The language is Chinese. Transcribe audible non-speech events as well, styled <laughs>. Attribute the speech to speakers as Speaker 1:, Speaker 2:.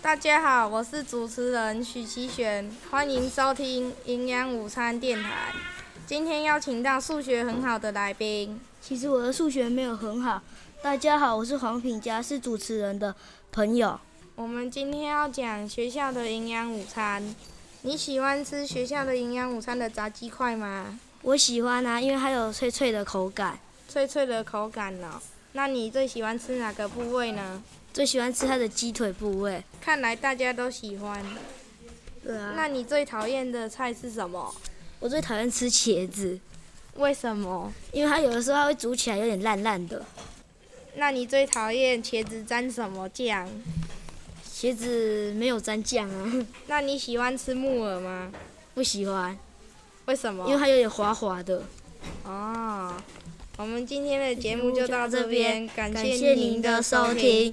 Speaker 1: 大家好，我是主持人许其璇，欢迎收听营养午餐电台。今天邀请到数学很好的来宾，
Speaker 2: 其实我的数学没有很好。大家好，我是黄品佳，是主持人的朋友。
Speaker 1: 我们今天要讲学校的营养午餐。你喜欢吃学校的营养午餐的炸鸡块吗？
Speaker 2: 我喜欢啊，因为它有脆脆的口感。
Speaker 1: 脆脆的口感哦。那你最喜欢吃哪个部位呢？
Speaker 2: 最喜欢吃它的鸡腿部位。
Speaker 1: 看来大家都喜欢。
Speaker 2: 对啊，
Speaker 1: 那你最讨厌的菜是什么？
Speaker 2: 我最讨厌吃茄子，
Speaker 1: 为什么？
Speaker 2: 因为它有的时候它会煮起来有点烂烂的。
Speaker 1: 那你最讨厌茄子沾什么酱？
Speaker 2: 茄子没有沾酱啊， <laughs>
Speaker 1: 那你喜欢吃木耳吗？
Speaker 2: 不喜欢，
Speaker 1: 为什么？啊
Speaker 2: 因为它有点滑滑的。
Speaker 1: 哦，我们今天的节目就到这边，感
Speaker 2: 感谢
Speaker 1: 您
Speaker 2: 您
Speaker 1: 的
Speaker 2: 的
Speaker 1: 收
Speaker 2: 收
Speaker 1: 听。
Speaker 2: 听。